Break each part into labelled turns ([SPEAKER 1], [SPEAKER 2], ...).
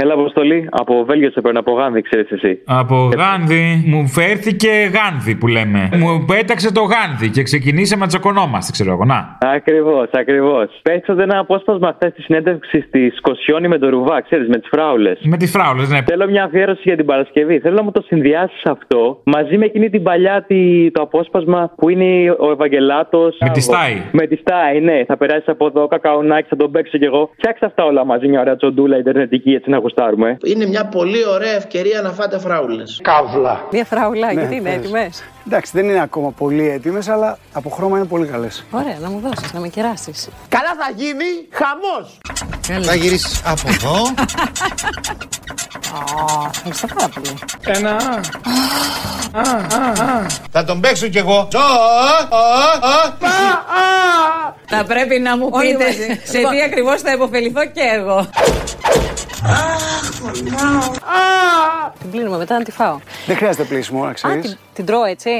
[SPEAKER 1] Έλα, Αποστολή. Από Βέλγιο σε παίρνω, από Γάνδη, ξέρεις εσύ.
[SPEAKER 2] Από Γάνδη. Ε, Μου φέρθηκε Γάνδη που λέμε. Μου πέταξε το Γάνδη και ξεκινήσαμε να τσακωνόμαστε, ξέρω εγώ. Να.
[SPEAKER 1] Ακριβώς, ακριβώς. Παίξατε ένα απόσπασμα χθες τη συνέντευξη στη Σκοσιόνη με τον Ρουβά, ξέρεις, με τις φράουλες.
[SPEAKER 2] Με τις φράουλες, ναι.
[SPEAKER 1] Θέλω μια αφιέρωση για την Παρασκευή. Θέλω να μου το συνδυάσεις αυτό μαζί με εκείνη την παλιά τη, το απόσπασμα που είναι ο Ευαγγελάτος.
[SPEAKER 2] Με τη Στάι.
[SPEAKER 1] Με τη Στάι, ναι. Θα περάσεις από εδώ, κακαουνάκι, θα τον παίξω κι εγώ. Φτιάξτε αυτά όλα μαζί μια ωραία τσοντούλα Ιντερνετική έτσι να γουστάρουμε.
[SPEAKER 3] Είναι μια πολύ ωραία ευκαιρία να φάτε φράουλες.
[SPEAKER 4] Καύλα.
[SPEAKER 5] Μια φράουλα, γιατί είναι έτοιμες.
[SPEAKER 4] Εντάξει, δεν είναι ακόμα πολύ έτοιμες, αλλά από χρώμα είναι πολύ καλές.
[SPEAKER 5] Ωραία, να μου δώσεις, να με κεράσεις.
[SPEAKER 3] Καλά θα γίνει, χαμός!
[SPEAKER 6] Θα γυρίσεις από εδώ.
[SPEAKER 5] Ευχαριστώ πάρα πολύ.
[SPEAKER 4] Ένα. Α, α, α.
[SPEAKER 6] Θα τον παίξω κι εγώ.
[SPEAKER 5] Θα πρέπει να μου πείτε σε τι ακριβώς θα υποφεληθώ και εγώ. Την πλύνουμε μετά να τη φάω.
[SPEAKER 4] Δεν χρειάζεται πλήσιμο, να
[SPEAKER 5] Α,
[SPEAKER 4] ξέρει.
[SPEAKER 5] την, την τρώω έτσι.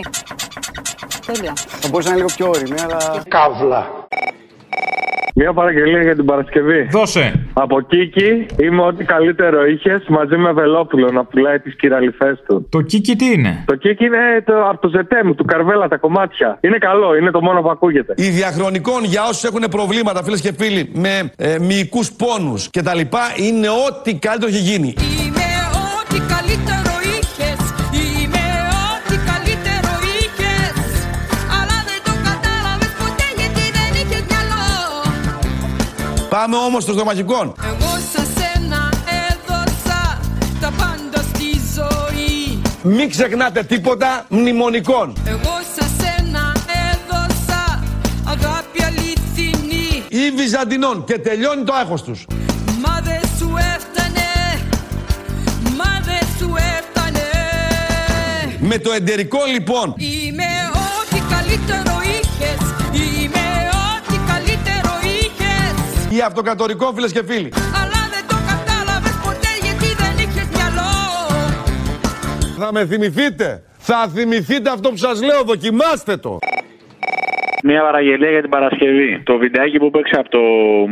[SPEAKER 5] Τέλεια.
[SPEAKER 4] Θα μπορούσε να είναι λίγο πιο όρημη, αλλά.
[SPEAKER 3] Καύλα.
[SPEAKER 7] Μια παραγγελία για την Παρασκευή.
[SPEAKER 2] Δώσε.
[SPEAKER 7] Από Κίκη είμαι ό,τι καλύτερο είχες μαζί με Βελόπουλο να πουλάει τις κυραλιφές του.
[SPEAKER 2] Το κίκι τι είναι.
[SPEAKER 7] Το Κίκη είναι το, από το ζετέμ του Καρβέλα τα κομμάτια. Είναι καλό, είναι το μόνο που ακούγεται.
[SPEAKER 6] Η διαχρονικών για όσους έχουν προβλήματα, φίλες και φίλοι, με ε, μυϊκούς πόνους κτλ. είναι ό,τι καλύτερο έχει γίνει.
[SPEAKER 8] Είμαι ό,τι καλύτερο είχες Είμαι ό,τι καλύτερο είχες Αλλά δεν το κατάλαβες ποτέ γιατί δεν είχες μυαλό
[SPEAKER 6] Πάμε όμως στο στομαχικό.
[SPEAKER 8] Εγώ σε σένα έδωσα τα πάντα στη ζωή
[SPEAKER 6] Μην ξεχνάτε τίποτα μνημονικών.
[SPEAKER 8] Εγώ σε σένα έδωσα αγάπη αληθινή
[SPEAKER 6] Ή Βυζαντινών και τελειώνει το άγχος τους.
[SPEAKER 8] Μα δεν σου έφτανε Μα δεν σου έφτανε
[SPEAKER 6] Με το εντερικό λοιπόν
[SPEAKER 8] Είμαι ό,τι καλύτερο είχες Είμαι ό,τι καλύτερο είχες
[SPEAKER 6] ή αυτοκρατορικό, φίλες και φίλοι.
[SPEAKER 8] Αλλά δεν το κατάλαβες ποτέ γιατί δεν είχες μυαλό
[SPEAKER 6] Θα με θυμηθείτε. Θα θυμηθείτε αυτό που σας λέω. Δοκιμάστε το.
[SPEAKER 9] Μια παραγγελία για την Παρασκευή. Το βιντεάκι που παίξε από το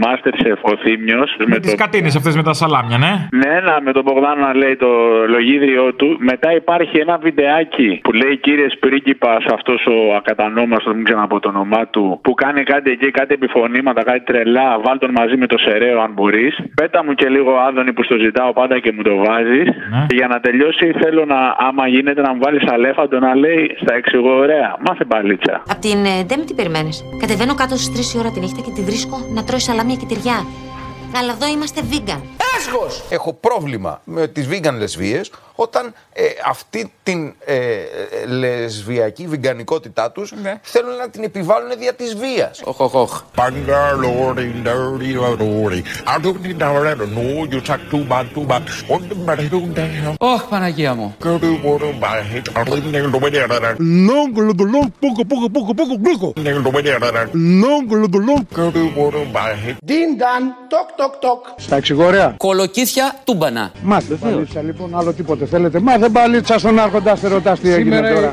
[SPEAKER 9] Masterchef ο Θήμιος.
[SPEAKER 2] Ε, Με τις κατίνες αυτές με τα σαλάμια, ναι.
[SPEAKER 9] Ναι, να, με τον Μπογδάνο να λέει το λογίδριό του. Μετά υπάρχει ένα βιντεάκι που λέει κύριε Πρίγκιπα, αυτός ο ακατανόμαστος, μην ξαναπώ το όνομά του, που κάνει κάτι εκεί, κάτι επιφωνήματα, κάτι τρελά. Βάλ τον μαζί με το σεραίο, αν μπορείς. Πέτα μου και λίγο άδωνη που στο ζητάω πάντα και μου το βάζεις.
[SPEAKER 2] Ναι.
[SPEAKER 9] Για να τελειώσει, θέλω να, άμα γίνεται, να μου βάλεις αλέφαντο να λέει στα εξηγώ ωραία. Μάθε παλίτσα.
[SPEAKER 10] Απ' την ε, Ντέμ τι περιμένεις. Κατεβαίνω κάτω στις 3 η ώρα τη νύχτα και τη βρίσκω να τρώει σαλάμια και τυριά. Αλλά εδώ είμαστε vegan.
[SPEAKER 6] Έχω πρόβλημα με τις vegan λεσβίες όταν ε, αυτή την ε, λεσβιακή βιγκανικότητά τους θέλουν να την επιβάλλουν δια της βίας.
[SPEAKER 3] Οχ, οχ, οχ. Οχ, Παναγία μου.
[SPEAKER 4] Ντίνταν, τοκ τοκ τοκ. Στα εξηγορέα.
[SPEAKER 3] Κολοκύθια τούμπανα.
[SPEAKER 4] Μάθε παλίτσα λοιπόν, άλλο τίποτε θέλετε. Μάθε παλίτσα στον άρχοντα θερωτά τι έγινε τώρα.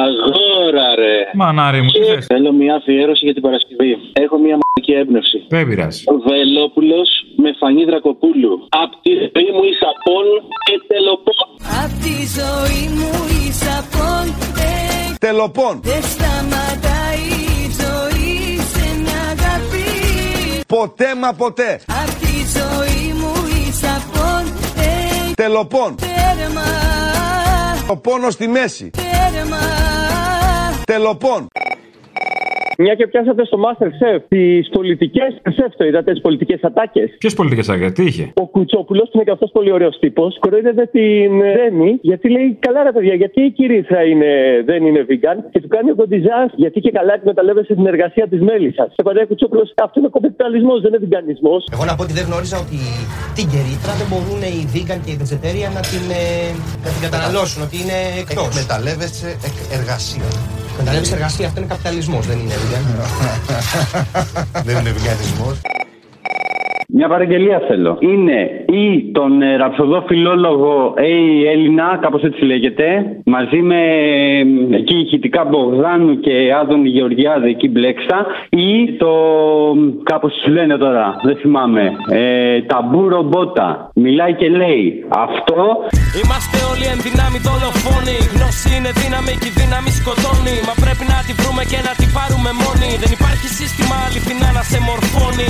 [SPEAKER 9] Αγόρα ρε.
[SPEAKER 2] Μανάρι μου, τι θες.
[SPEAKER 9] Θέλω μια αφιέρωση για την Παρασκευή. Έχω μια μαγική έμπνευση.
[SPEAKER 2] Δεν πειράζει.
[SPEAKER 9] Βελόπουλος με φανή Δρακοπούλου. Απ' τη ζωή μου η σαπών και τελοπών.
[SPEAKER 8] Απ' τη ζωή μου η σαπών ε,
[SPEAKER 6] Τελοπών,
[SPEAKER 8] Δεν σταματάει η ζωή σε να αγαπή
[SPEAKER 6] ποτέ μα ποτέ.
[SPEAKER 8] Απ' τη ζωή μου η σαπών ε,
[SPEAKER 6] Τελοπών,
[SPEAKER 8] Τέρμα,
[SPEAKER 6] ο πόνος στη μέση.
[SPEAKER 8] τέρμα
[SPEAKER 6] Τελοπών.
[SPEAKER 1] Μια και πιάσατε στο Masterchef τις πολιτικές. Σεφ το είδατε, τις πολιτικές ατάκες.
[SPEAKER 2] Ποιες πολιτικές αγγλικέ, τι είχε.
[SPEAKER 1] Ο Κουτσόπουλος, που είναι και αυτός πολύ ωραίος τύπος, κοροϊδεύεται την ε, Ρέμη, γιατί λέει: Καλά, ρε παιδιά, γιατί η κυρίσα είναι, δεν είναι vegan. Και του κάνει ο Κοντιζάς, γιατί και καλά εκμεταλλεύεσαι την εργασία της μέλισσα. Και πατάει ο Κουτσόπουλος, αυτό είναι καπιταλισμό, δεν είναι βιγκανισμό.
[SPEAKER 3] Εγώ να πω ότι δεν γνώριζα ότι την κερίτρα δεν μπορούν οι vegan και οι vegetarian να την, ε, να την καταναλώσουν, ότι είναι εκτός.
[SPEAKER 6] Εκμεταλλεύεσαι εκ- εργασία.
[SPEAKER 3] Μεταλλεύει εργασία, αυτό είναι καπιταλισμός, δεν είναι vegan.
[SPEAKER 6] Δεν είναι βιγκανισμός.
[SPEAKER 1] Μια παραγγελία θέλω. Είναι
[SPEAKER 11] ή τον ε, ραψοδό φιλόλογο A. Έλληνα, κάπως έτσι λέγεται, μαζί με ε, ε, εκεί ηχητικά Μπογδάνου και Άδων Γεωργιάδη, εκεί μπλέξα, ή το. κάπω λένε τώρα, δεν θυμάμαι. Ε, ταμπούρο Μπότα. Μιλάει και λέει. Αυτό
[SPEAKER 12] Είμαστε όλοι εν δυνάμει δολοφόνοι. Η Γνώση είναι δύναμη και η δύναμη σκοτώνει. Μα πρέπει να τη βρούμε και να τη πάρουμε μόνοι. Δεν υπάρχει σύστημα αληθινά να σε μορφώνει.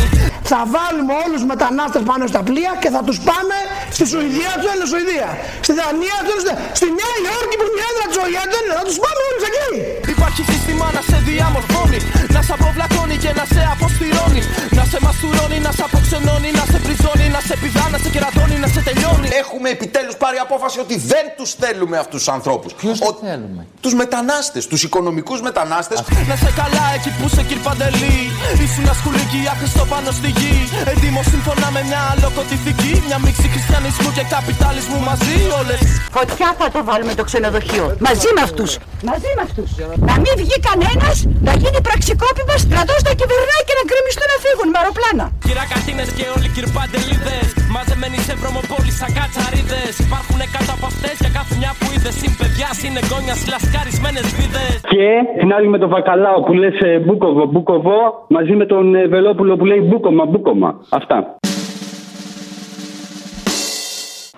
[SPEAKER 13] Θα βάλουμε όλους του μετανάστες πάνω στα πλοία και θα τους πάμε στη Σουηδία του είναι Σουηδία. Στη Δανία του είναι. Στη Νέα Υόρκη που είναι η έδρα της Σουηδίας του είναι. Θα τους πάμε όλους εκεί.
[SPEAKER 12] Υπάρχει σύστημα να σε διαμορφώνει. Να σε αποβλακώνει και να σε αποστηρώνει. Να σε μαστουρώνει, να σε αποξενώνει. Να σε πριζώνει, να σε πηδά, να σε κερατώνει, να σε τελειώνει.
[SPEAKER 6] Έχουμε επιτέλους πάρει απόφαση ότι δεν τους θέλουμε αυτούς τους ανθρώπους. Ποιους θέλουμε. Τους μετανάστες, τους οικονομικούς μετανάστες.
[SPEAKER 12] Να σε καλά εκεί που σε κυρπαντελεί. Ήσουν ασκουλική, άχρηστο πάνω στη γη. Έντιμο σύμφωνα με μια αλόκοτη θική. Μια μίξη χριστιανισμού και καπιταλισμού μαζί όλες.
[SPEAKER 14] Φωτιά θα το βάλουμε το ξενοδοχείο. Μαζί με αυτούς. Μαζί με αυτούς. Να μην βγει κανένας, να γίνει πραξικόπημα, στρατός να κυβερνάει και να γκρεμιστούν να φύγουν με αεροπλάνα.
[SPEAKER 12] Κυρακατίνε και όλοι κυρπαντελίδε. Μαζεμένοι σε βρωμοπόλη σαν κατσαρίδες. Υπάρχουν κάτω από αυτές για κάθε μια που είδες. Συν παιδιά, συν εγγόνια, λασκαρισμένε βίδες.
[SPEAKER 11] Και την άλλη με τον Βακαλάο που λες ε, Μπούκοβο, Μπούκοβο, μαζί με τον ε, Βελόπουλο που λέει Μπούκομα, Μπούκομα. Αυτά.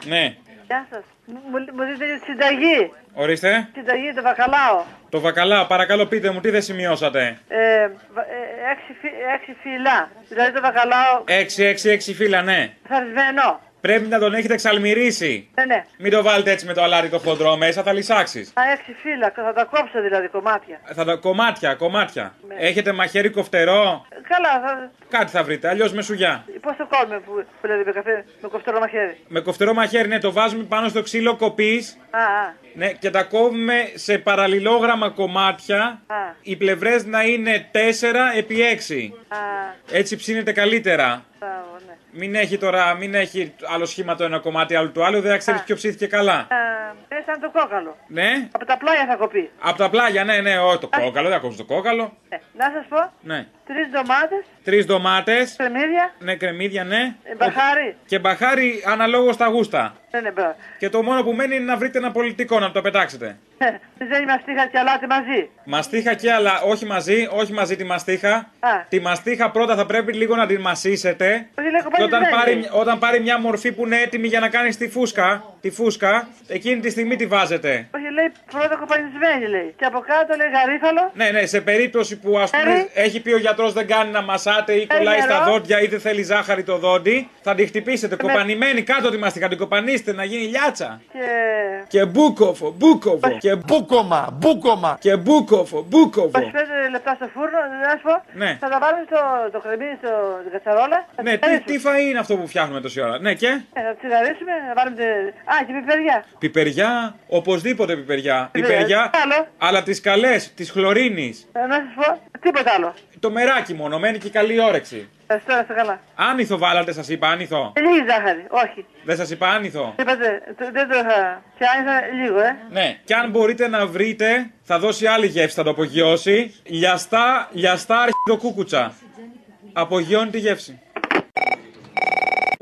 [SPEAKER 15] Ναι,
[SPEAKER 16] Γεια σας. Μου, μου- μου δείτε τη συνταγή.
[SPEAKER 15] ορίστε.
[SPEAKER 16] Συνταγή το βακαλάο.
[SPEAKER 15] Το βακαλά, παρακαλώ πείτε μου, τι δεν σημειώσατε.
[SPEAKER 16] Ε, βα- ε, έξι, φι- έξι φύλλα. Δηλαδή το βακαλάο
[SPEAKER 15] 6-6-6 φύλλα, ναι.
[SPEAKER 16] ψαρισμένο.
[SPEAKER 15] Πρέπει να τον έχετε εξαλμυρίσει.
[SPEAKER 16] Ναι, ναι.
[SPEAKER 15] Μην το βάλετε έτσι με το αλάτι το χοντρό μέσα, θα λυσάξεις.
[SPEAKER 16] Α, έξι φύλλα. Θα τα κόψω δηλαδή κομμάτια.
[SPEAKER 15] Θα τα κομμάτια, κομμάτια.
[SPEAKER 16] Ναι.
[SPEAKER 15] Έχετε μαχαίρι κοφτερό.
[SPEAKER 16] Ε, Καλά, θα...
[SPEAKER 15] Κάτι θα βρείτε, αλλιώς με σουγιά.
[SPEAKER 16] πώς το κόβουμε που, που λέτε με καφέ, με κοφτερό μαχαίρι.
[SPEAKER 15] Με κοφτερό μαχαίρι, ναι, το βάζουμε πάνω στο ξύλο κοπής.
[SPEAKER 16] Α, α,
[SPEAKER 15] Ναι, και τα κόβουμε σε παραλληλόγραμμα κομμάτια.
[SPEAKER 16] α,
[SPEAKER 15] Οι πλευρές να είναι 4 επί 6.
[SPEAKER 16] α,
[SPEAKER 15] Έτσι ψήνεται καλύτερα.
[SPEAKER 16] μπράβο, ναι.
[SPEAKER 15] Μην έχει τώρα, μην έχει άλλο σχήμα το ένα κομμάτι, άλλο το άλλο, δεν θα ξέρεις ποιο ψήθηκε καλά.
[SPEAKER 16] Α, ε, σαν το κόκαλο.
[SPEAKER 15] Ναι.
[SPEAKER 16] Από τα πλάγια θα κοπεί.
[SPEAKER 15] Από τα πλάγια, ναι, ναι, όχι το κόκαλο, δεν ακούσει το κόκαλο.
[SPEAKER 16] Ναι. Να σας πω,
[SPEAKER 15] Ναι.
[SPEAKER 16] τρεις ντομάτες,
[SPEAKER 15] Τρεις ντομάτες.
[SPEAKER 16] κρεμμύδια,
[SPEAKER 15] Ναι, κρεμμύδια, ναι.
[SPEAKER 16] ε, μπαχάρι.
[SPEAKER 15] Και μπαχάρι αναλόγως τα γούστα.
[SPEAKER 16] Ναι, ναι, μπράβο.
[SPEAKER 15] Και το μόνο που μένει είναι να βρείτε ένα πολιτικό να το πετάξετε.
[SPEAKER 16] Ε, Δεν μας τύχα και αλάτι μαζί.
[SPEAKER 15] Μαστίχα και αλλά όχι μαζί, όχι μαζί τη μαστίχα.
[SPEAKER 16] Α.
[SPEAKER 15] Τη μαστίχα πρώτα θα πρέπει λίγο να την μασίσετε.
[SPEAKER 16] Όχι, λέγω
[SPEAKER 15] Και
[SPEAKER 16] πάλι
[SPEAKER 15] όταν,
[SPEAKER 16] δεν
[SPEAKER 15] πάρει,
[SPEAKER 16] είναι.
[SPEAKER 15] όταν πάρει μια μορφή που είναι έτοιμη για να κάνει τη φούσκα, τη φούσκα, εκείνη τη στιγμή τη βάζετε.
[SPEAKER 16] Όχι, λέει πρώτα κοπανισμένη, λέει. Και από κάτω λέει γαρίφαλο.
[SPEAKER 15] Ναι, ναι, σε περίπτωση που ας πούμε
[SPEAKER 16] Έρι.
[SPEAKER 15] έχει πει ο γιατρός δεν κάνει να μασάτε ή
[SPEAKER 16] Ε,
[SPEAKER 15] κολλάει στα
[SPEAKER 16] νερό.
[SPEAKER 15] δόντια ή δεν θέλει ζάχαρη το δόντι, θα την
[SPEAKER 16] Ε,
[SPEAKER 15] χτυπήσετε. Κοπανημένη κάτω τη μαστίχα, την κοπανίστε να γίνει λιάτσα.
[SPEAKER 16] Και.
[SPEAKER 15] Και μπούκοφο, μπούκοφο. Και μπούκομα, μπούκομα. Και μπούκοφο, μπούκοφο.
[SPEAKER 16] 25 λεπτά στο φούρνο, να σου πω.
[SPEAKER 15] Ναι.
[SPEAKER 16] Θα τα βάλουμε στο το κρεμμύδι, στο την κατσαρόλα. Θα
[SPEAKER 15] Ναι,
[SPEAKER 16] τα
[SPEAKER 15] τι, τι φα είναι αυτό που φτιάχνουμε τόση ώρα. Ναι, και.
[SPEAKER 16] Ε, θα τσιγαρίσουμε, να βάλουμε. τε- Α, και πιπεριά.
[SPEAKER 15] Πιπεριά, οπωσδήποτε πιπεριά.
[SPEAKER 16] Πιπεριά,
[SPEAKER 15] Πιπεριά,
[SPEAKER 16] τι άλλο?
[SPEAKER 15] αλλά τις καλές, τη χλωρίνη.
[SPEAKER 16] Ε, να σας πω, τίποτα άλλο.
[SPEAKER 15] Το μεράκι μόνο, μένει και η καλή όρεξη.
[SPEAKER 16] Ε, τώρα είστε καλά.
[SPEAKER 15] Άνηθο βάλατε, σας είπα, άνηθο.
[SPEAKER 16] Ε, λίγη ζάχαρη, όχι.
[SPEAKER 15] Δεν σας είπα, άνηθο.
[SPEAKER 16] Είπατε, το- δεν το είχα. Και αν ήταν λίγο, ε.
[SPEAKER 15] Ναι. Και αν μπορείτε να βρείτε, θα δώσει άλλη γεύση, θα το απογειώσει. Λιαστά, λιαστά αρχιδοκούκουτσα. Απογειώνει τη γεύση.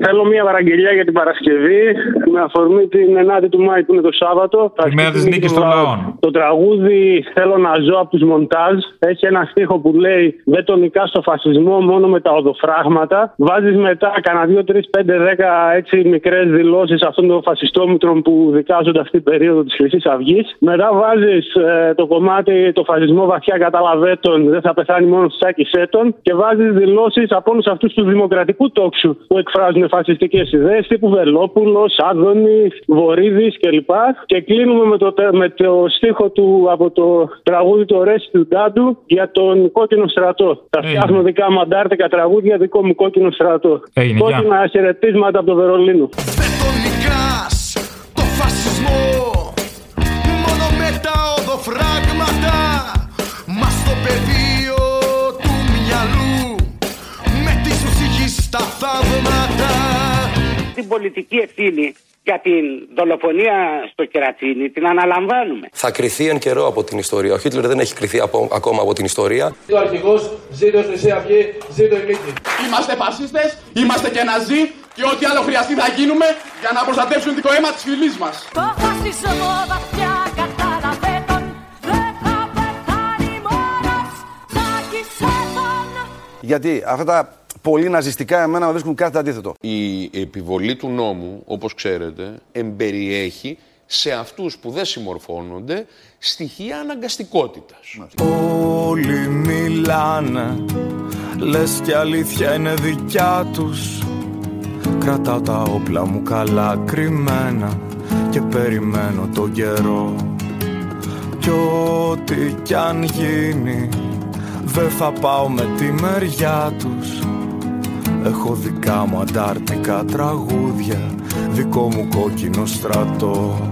[SPEAKER 17] Θέλω μια παραγγελία για την Παρασκευή Ε, με αφορμή την 9η του Μάη που είναι το Σάββατο. Θα
[SPEAKER 2] μέρα της
[SPEAKER 17] αρχίσουμε
[SPEAKER 2] νίκης
[SPEAKER 17] το-
[SPEAKER 2] των λαών.
[SPEAKER 17] Το τραγούδι Θέλω να ζω από τους μοντάζ έχει ένα στίχο που λέει Δεν τον νικά στο φασισμό μόνο με τα οδοφράγματα. Βάζεις μετά κανένα 2, 3, 5, 10 έτσι μικρές δηλώσεις αυτών των φασιστόμητρων που δικάζονται αυτή την περίοδο της Χρυσής Αυγής. Μετά βάζεις το κομμάτι Το φασισμό βαθιά καταλαβέ τον, δεν θα πεθάνει μόνος στι άκησέ τον. Και βάζεις δηλώσεις από όλους αυτούς τους δημοκρατικούς τόξους που εκφράζουν φασιστικές ιδέες τύπου Βελόπουλος, Άδωνη, Βορύδης κλπ. Και κλείνουμε με το, τε- με το στίχο του από το τραγούδι του Ρέσι του Ντάντου για τον κόκκινο στρατό. Θα φτιάχνω δικά μου αντάρτικα τραγούδια, δικό μου κόκκινο στρατό.
[SPEAKER 2] Έγινε, γεια.
[SPEAKER 17] Κόκκινα χαιρετίσματα από το Βερολίνο.
[SPEAKER 12] Νικάς το φασισμό Μόνο με τα οδοφράγματα Μα στο πεδίο του μυαλού Με τις ψυχής τα θαύματα
[SPEAKER 18] την πολιτική ευθύνη
[SPEAKER 19] για την δολοφονία στο Κερατσίνι την αναλαμβάνουμε.
[SPEAKER 20] Θα κρυθεί εν καιρό από την ιστορία. Ο Χίτλερ δεν έχει κρυθεί από- ακόμα από την ιστορία.
[SPEAKER 11] Ο αρχηγός, ζήτω Χρυσή Αυγή, ζήτω η νίκη. Είμαστε φασίστες, είμαστε και ναζί και ό,τι άλλο χρειαστεί θα γίνουμε για να προστατεύσουν το αίμα της φυλής μας.
[SPEAKER 8] Το φασισμό βαθιά κατάλαβε τον Δεν θα πεθάνει μόνος Ζάκησε τον
[SPEAKER 21] Γιατί αυτά τα πολύ ναζιστικά εμένα με βρίσκουν κάτι αντίθετο.
[SPEAKER 22] Η επιβολή του νόμου, όπως ξέρετε, εμπεριέχει σε αυτούς που δεν συμμορφώνονται στοιχεία αναγκαστικότητας.
[SPEAKER 5] Όλοι μιλάνε, λες κι αλήθεια είναι δικιά τους Κρατάω τα όπλα μου καλά κρυμμένα και περιμένω τον καιρό Κι ό,τι κι αν γίνει δεν θα πάω με τη μεριά τους Έχω δικά μου αντάρτικα τραγούδια, δικό μου κόκκινο στρατό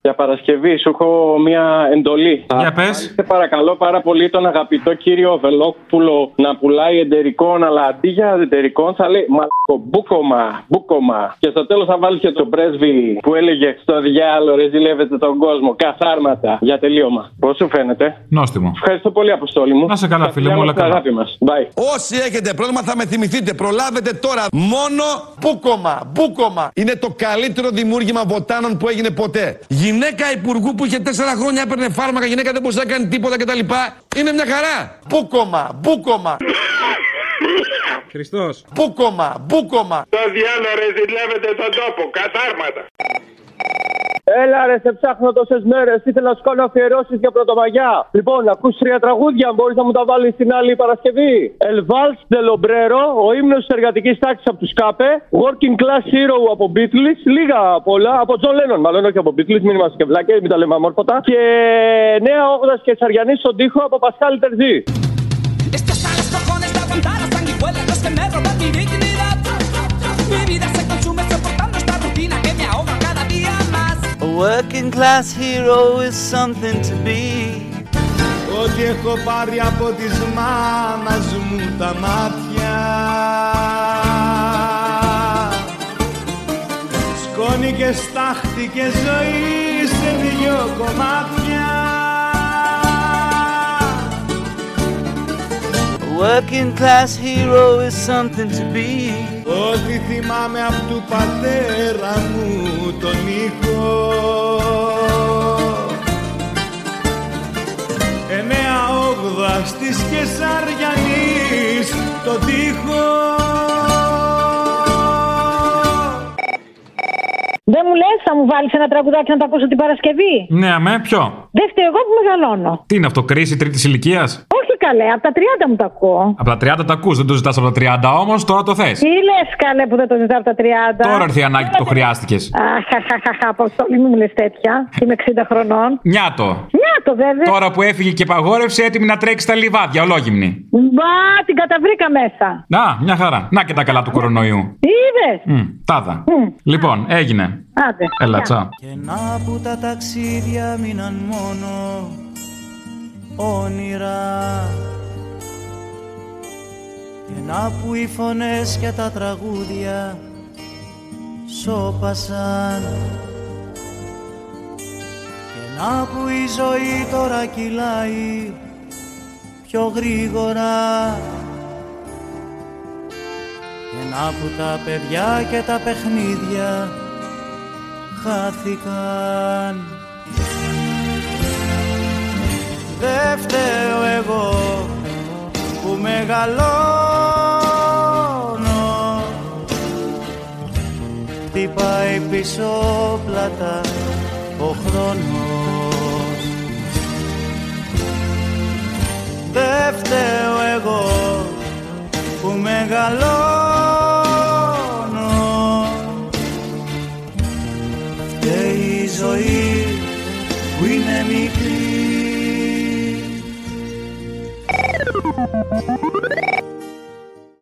[SPEAKER 23] Για Παρασκευή σου έχω μία εντολή. Για πες. Σε παρακαλώ πάρα πολύ τον αγαπητό κύριο Βελόπουλο να πουλάει εντερικών, αλλά αντί για εντερικών θα λέει μαλακο μπούκομα, μπούκομα. Και στο τέλος θα βάλει και τον πρέσβη που έλεγε στο διάλογο ρε ζηλεύετε τον κόσμο, καθάρματα. Για τελείωμα. Πώς σου φαίνεται.
[SPEAKER 15] Νόστιμο.
[SPEAKER 23] Ευχαριστώ πολύ Αποστόλη μου. Να σε
[SPEAKER 15] καλά, φίλε μου, όλα καλά.
[SPEAKER 23] Αγάπη μας. Bye.
[SPEAKER 6] Όσοι έχετε πρόβλημα θα με θυμηθείτε. Προλάβετε τώρα. Μόνο μπούκομα. Μπούκομα. Είναι το καλύτερο δημιούργημα βοτάνων που έγινε ποτέ. Γυναίκα υπουργού που είχε 4 χρόνια έπαιρνε φάρμακα. Γυναίκα δεν μπορούσε να κάνει τίποτα κτλ. Είναι μια χαρά. Μπούκομα. Μπούκομα.
[SPEAKER 24] Χριστό.
[SPEAKER 6] Μπούκομα. Μπούκομα.
[SPEAKER 25] Το διάλογο ρε ζηλεύετε τον τόπο, κατάρματα.
[SPEAKER 1] Έλα ρε, σε ψάχνω τόσες μέρες. Ήθελα να σου κάνω αφιερώσεις για πρωτομαγιά. Λοιπόν, ακούς τρία τραγούδια, μπορείς να μου τα βάλεις την άλλη Παρασκευή. El Vals de Lombrero, ο ύμνος της εργατικής τάξης από τους ΚΑΠΕ. Working Class Hero από Beatles, λίγα απ' όλα. Από Τζον Lennon, μάλλον όχι από Beatles, μην είμαστε και βλάκια, μην τα λέμε αμόρφωτα. Και Νέα Όγδας και Σαριανή στον τοίχο από Πασχάλη Τερζή.
[SPEAKER 8] Estos a los cojones de aguantar a sanguijuelas Los que me roban mi dignidad Mi vida se consume soportando esta rutina Que me ahoga cada día más
[SPEAKER 26] A working class hero is something to be.
[SPEAKER 5] Ό,τι έχω πάρει από τη μάνας μου τα μάτια Σκόνη και στάχτη και ζωή σε δυο κομμάτια
[SPEAKER 26] A working class hero is something to be.
[SPEAKER 5] Ό,τι θυμάμαι από του πατέρα μου τον Νίκο Εννέα όγδα στις Κεσαριανής το τείχο
[SPEAKER 27] Δεν μου λες, θα μου βάλεις ένα τραγουδάκι να τα ακούσω την Παρασκευή.
[SPEAKER 15] Ναι, αμέ, ποιο.
[SPEAKER 27] Δεν φταίω εγώ που μεγαλώνω.
[SPEAKER 15] Τι είναι αυτό, κρίση τρίτης ηλικίας.
[SPEAKER 27] Όχι καλέ, από τα 30 μου τα ακούω.
[SPEAKER 15] Από τα 30 τα ακούς, δεν το ζητάς από τα 30 όμως, τώρα το θες.
[SPEAKER 16] Ε,
[SPEAKER 27] Τι λες, καλέ που δεν το ζητάω από τα 30.
[SPEAKER 15] Τώρα έρθει η ανάγκη που το χρειάστηκε.
[SPEAKER 27] Αχαχαχαχα, Αποστόλη, μην μου λες τέτοια. Είμαι 60 χρονών.
[SPEAKER 15] Νιάτο.
[SPEAKER 27] Νιάτο,
[SPEAKER 16] Ε.
[SPEAKER 27] βέβαια.
[SPEAKER 15] Τώρα που έφυγε και παγόρευσε, έτοιμη να τρέξει τα λιβάδια, ολόγυμνη.
[SPEAKER 27] Μπα, την καταβρήκα μέσα.
[SPEAKER 15] Να, μια χαρά. Να και τα καλά του κορονοϊού.
[SPEAKER 27] Είδες.
[SPEAKER 15] Μμ, τάδα. Λοιπόν, έγινε.
[SPEAKER 27] Άντε.
[SPEAKER 15] Έλα,
[SPEAKER 27] γεια.
[SPEAKER 15] τσά.
[SPEAKER 26] Και να που τα ταξίδια μείναν μόνο όνειρα Και να που οι φωνές και τα τραγούδια σώπασαν Και να που η ζωή τώρα κυλάει πιο γρήγορα Και να που τα παιδιά και τα παιχνίδια χάθηκαν Δε φταίω εγώ που μεγαλώνω Χτυπάει πίσω πλάτα ο χρόνος Δε φταίω εγώ που μεγαλώνω Φταίει η ζωή που είναι μικρή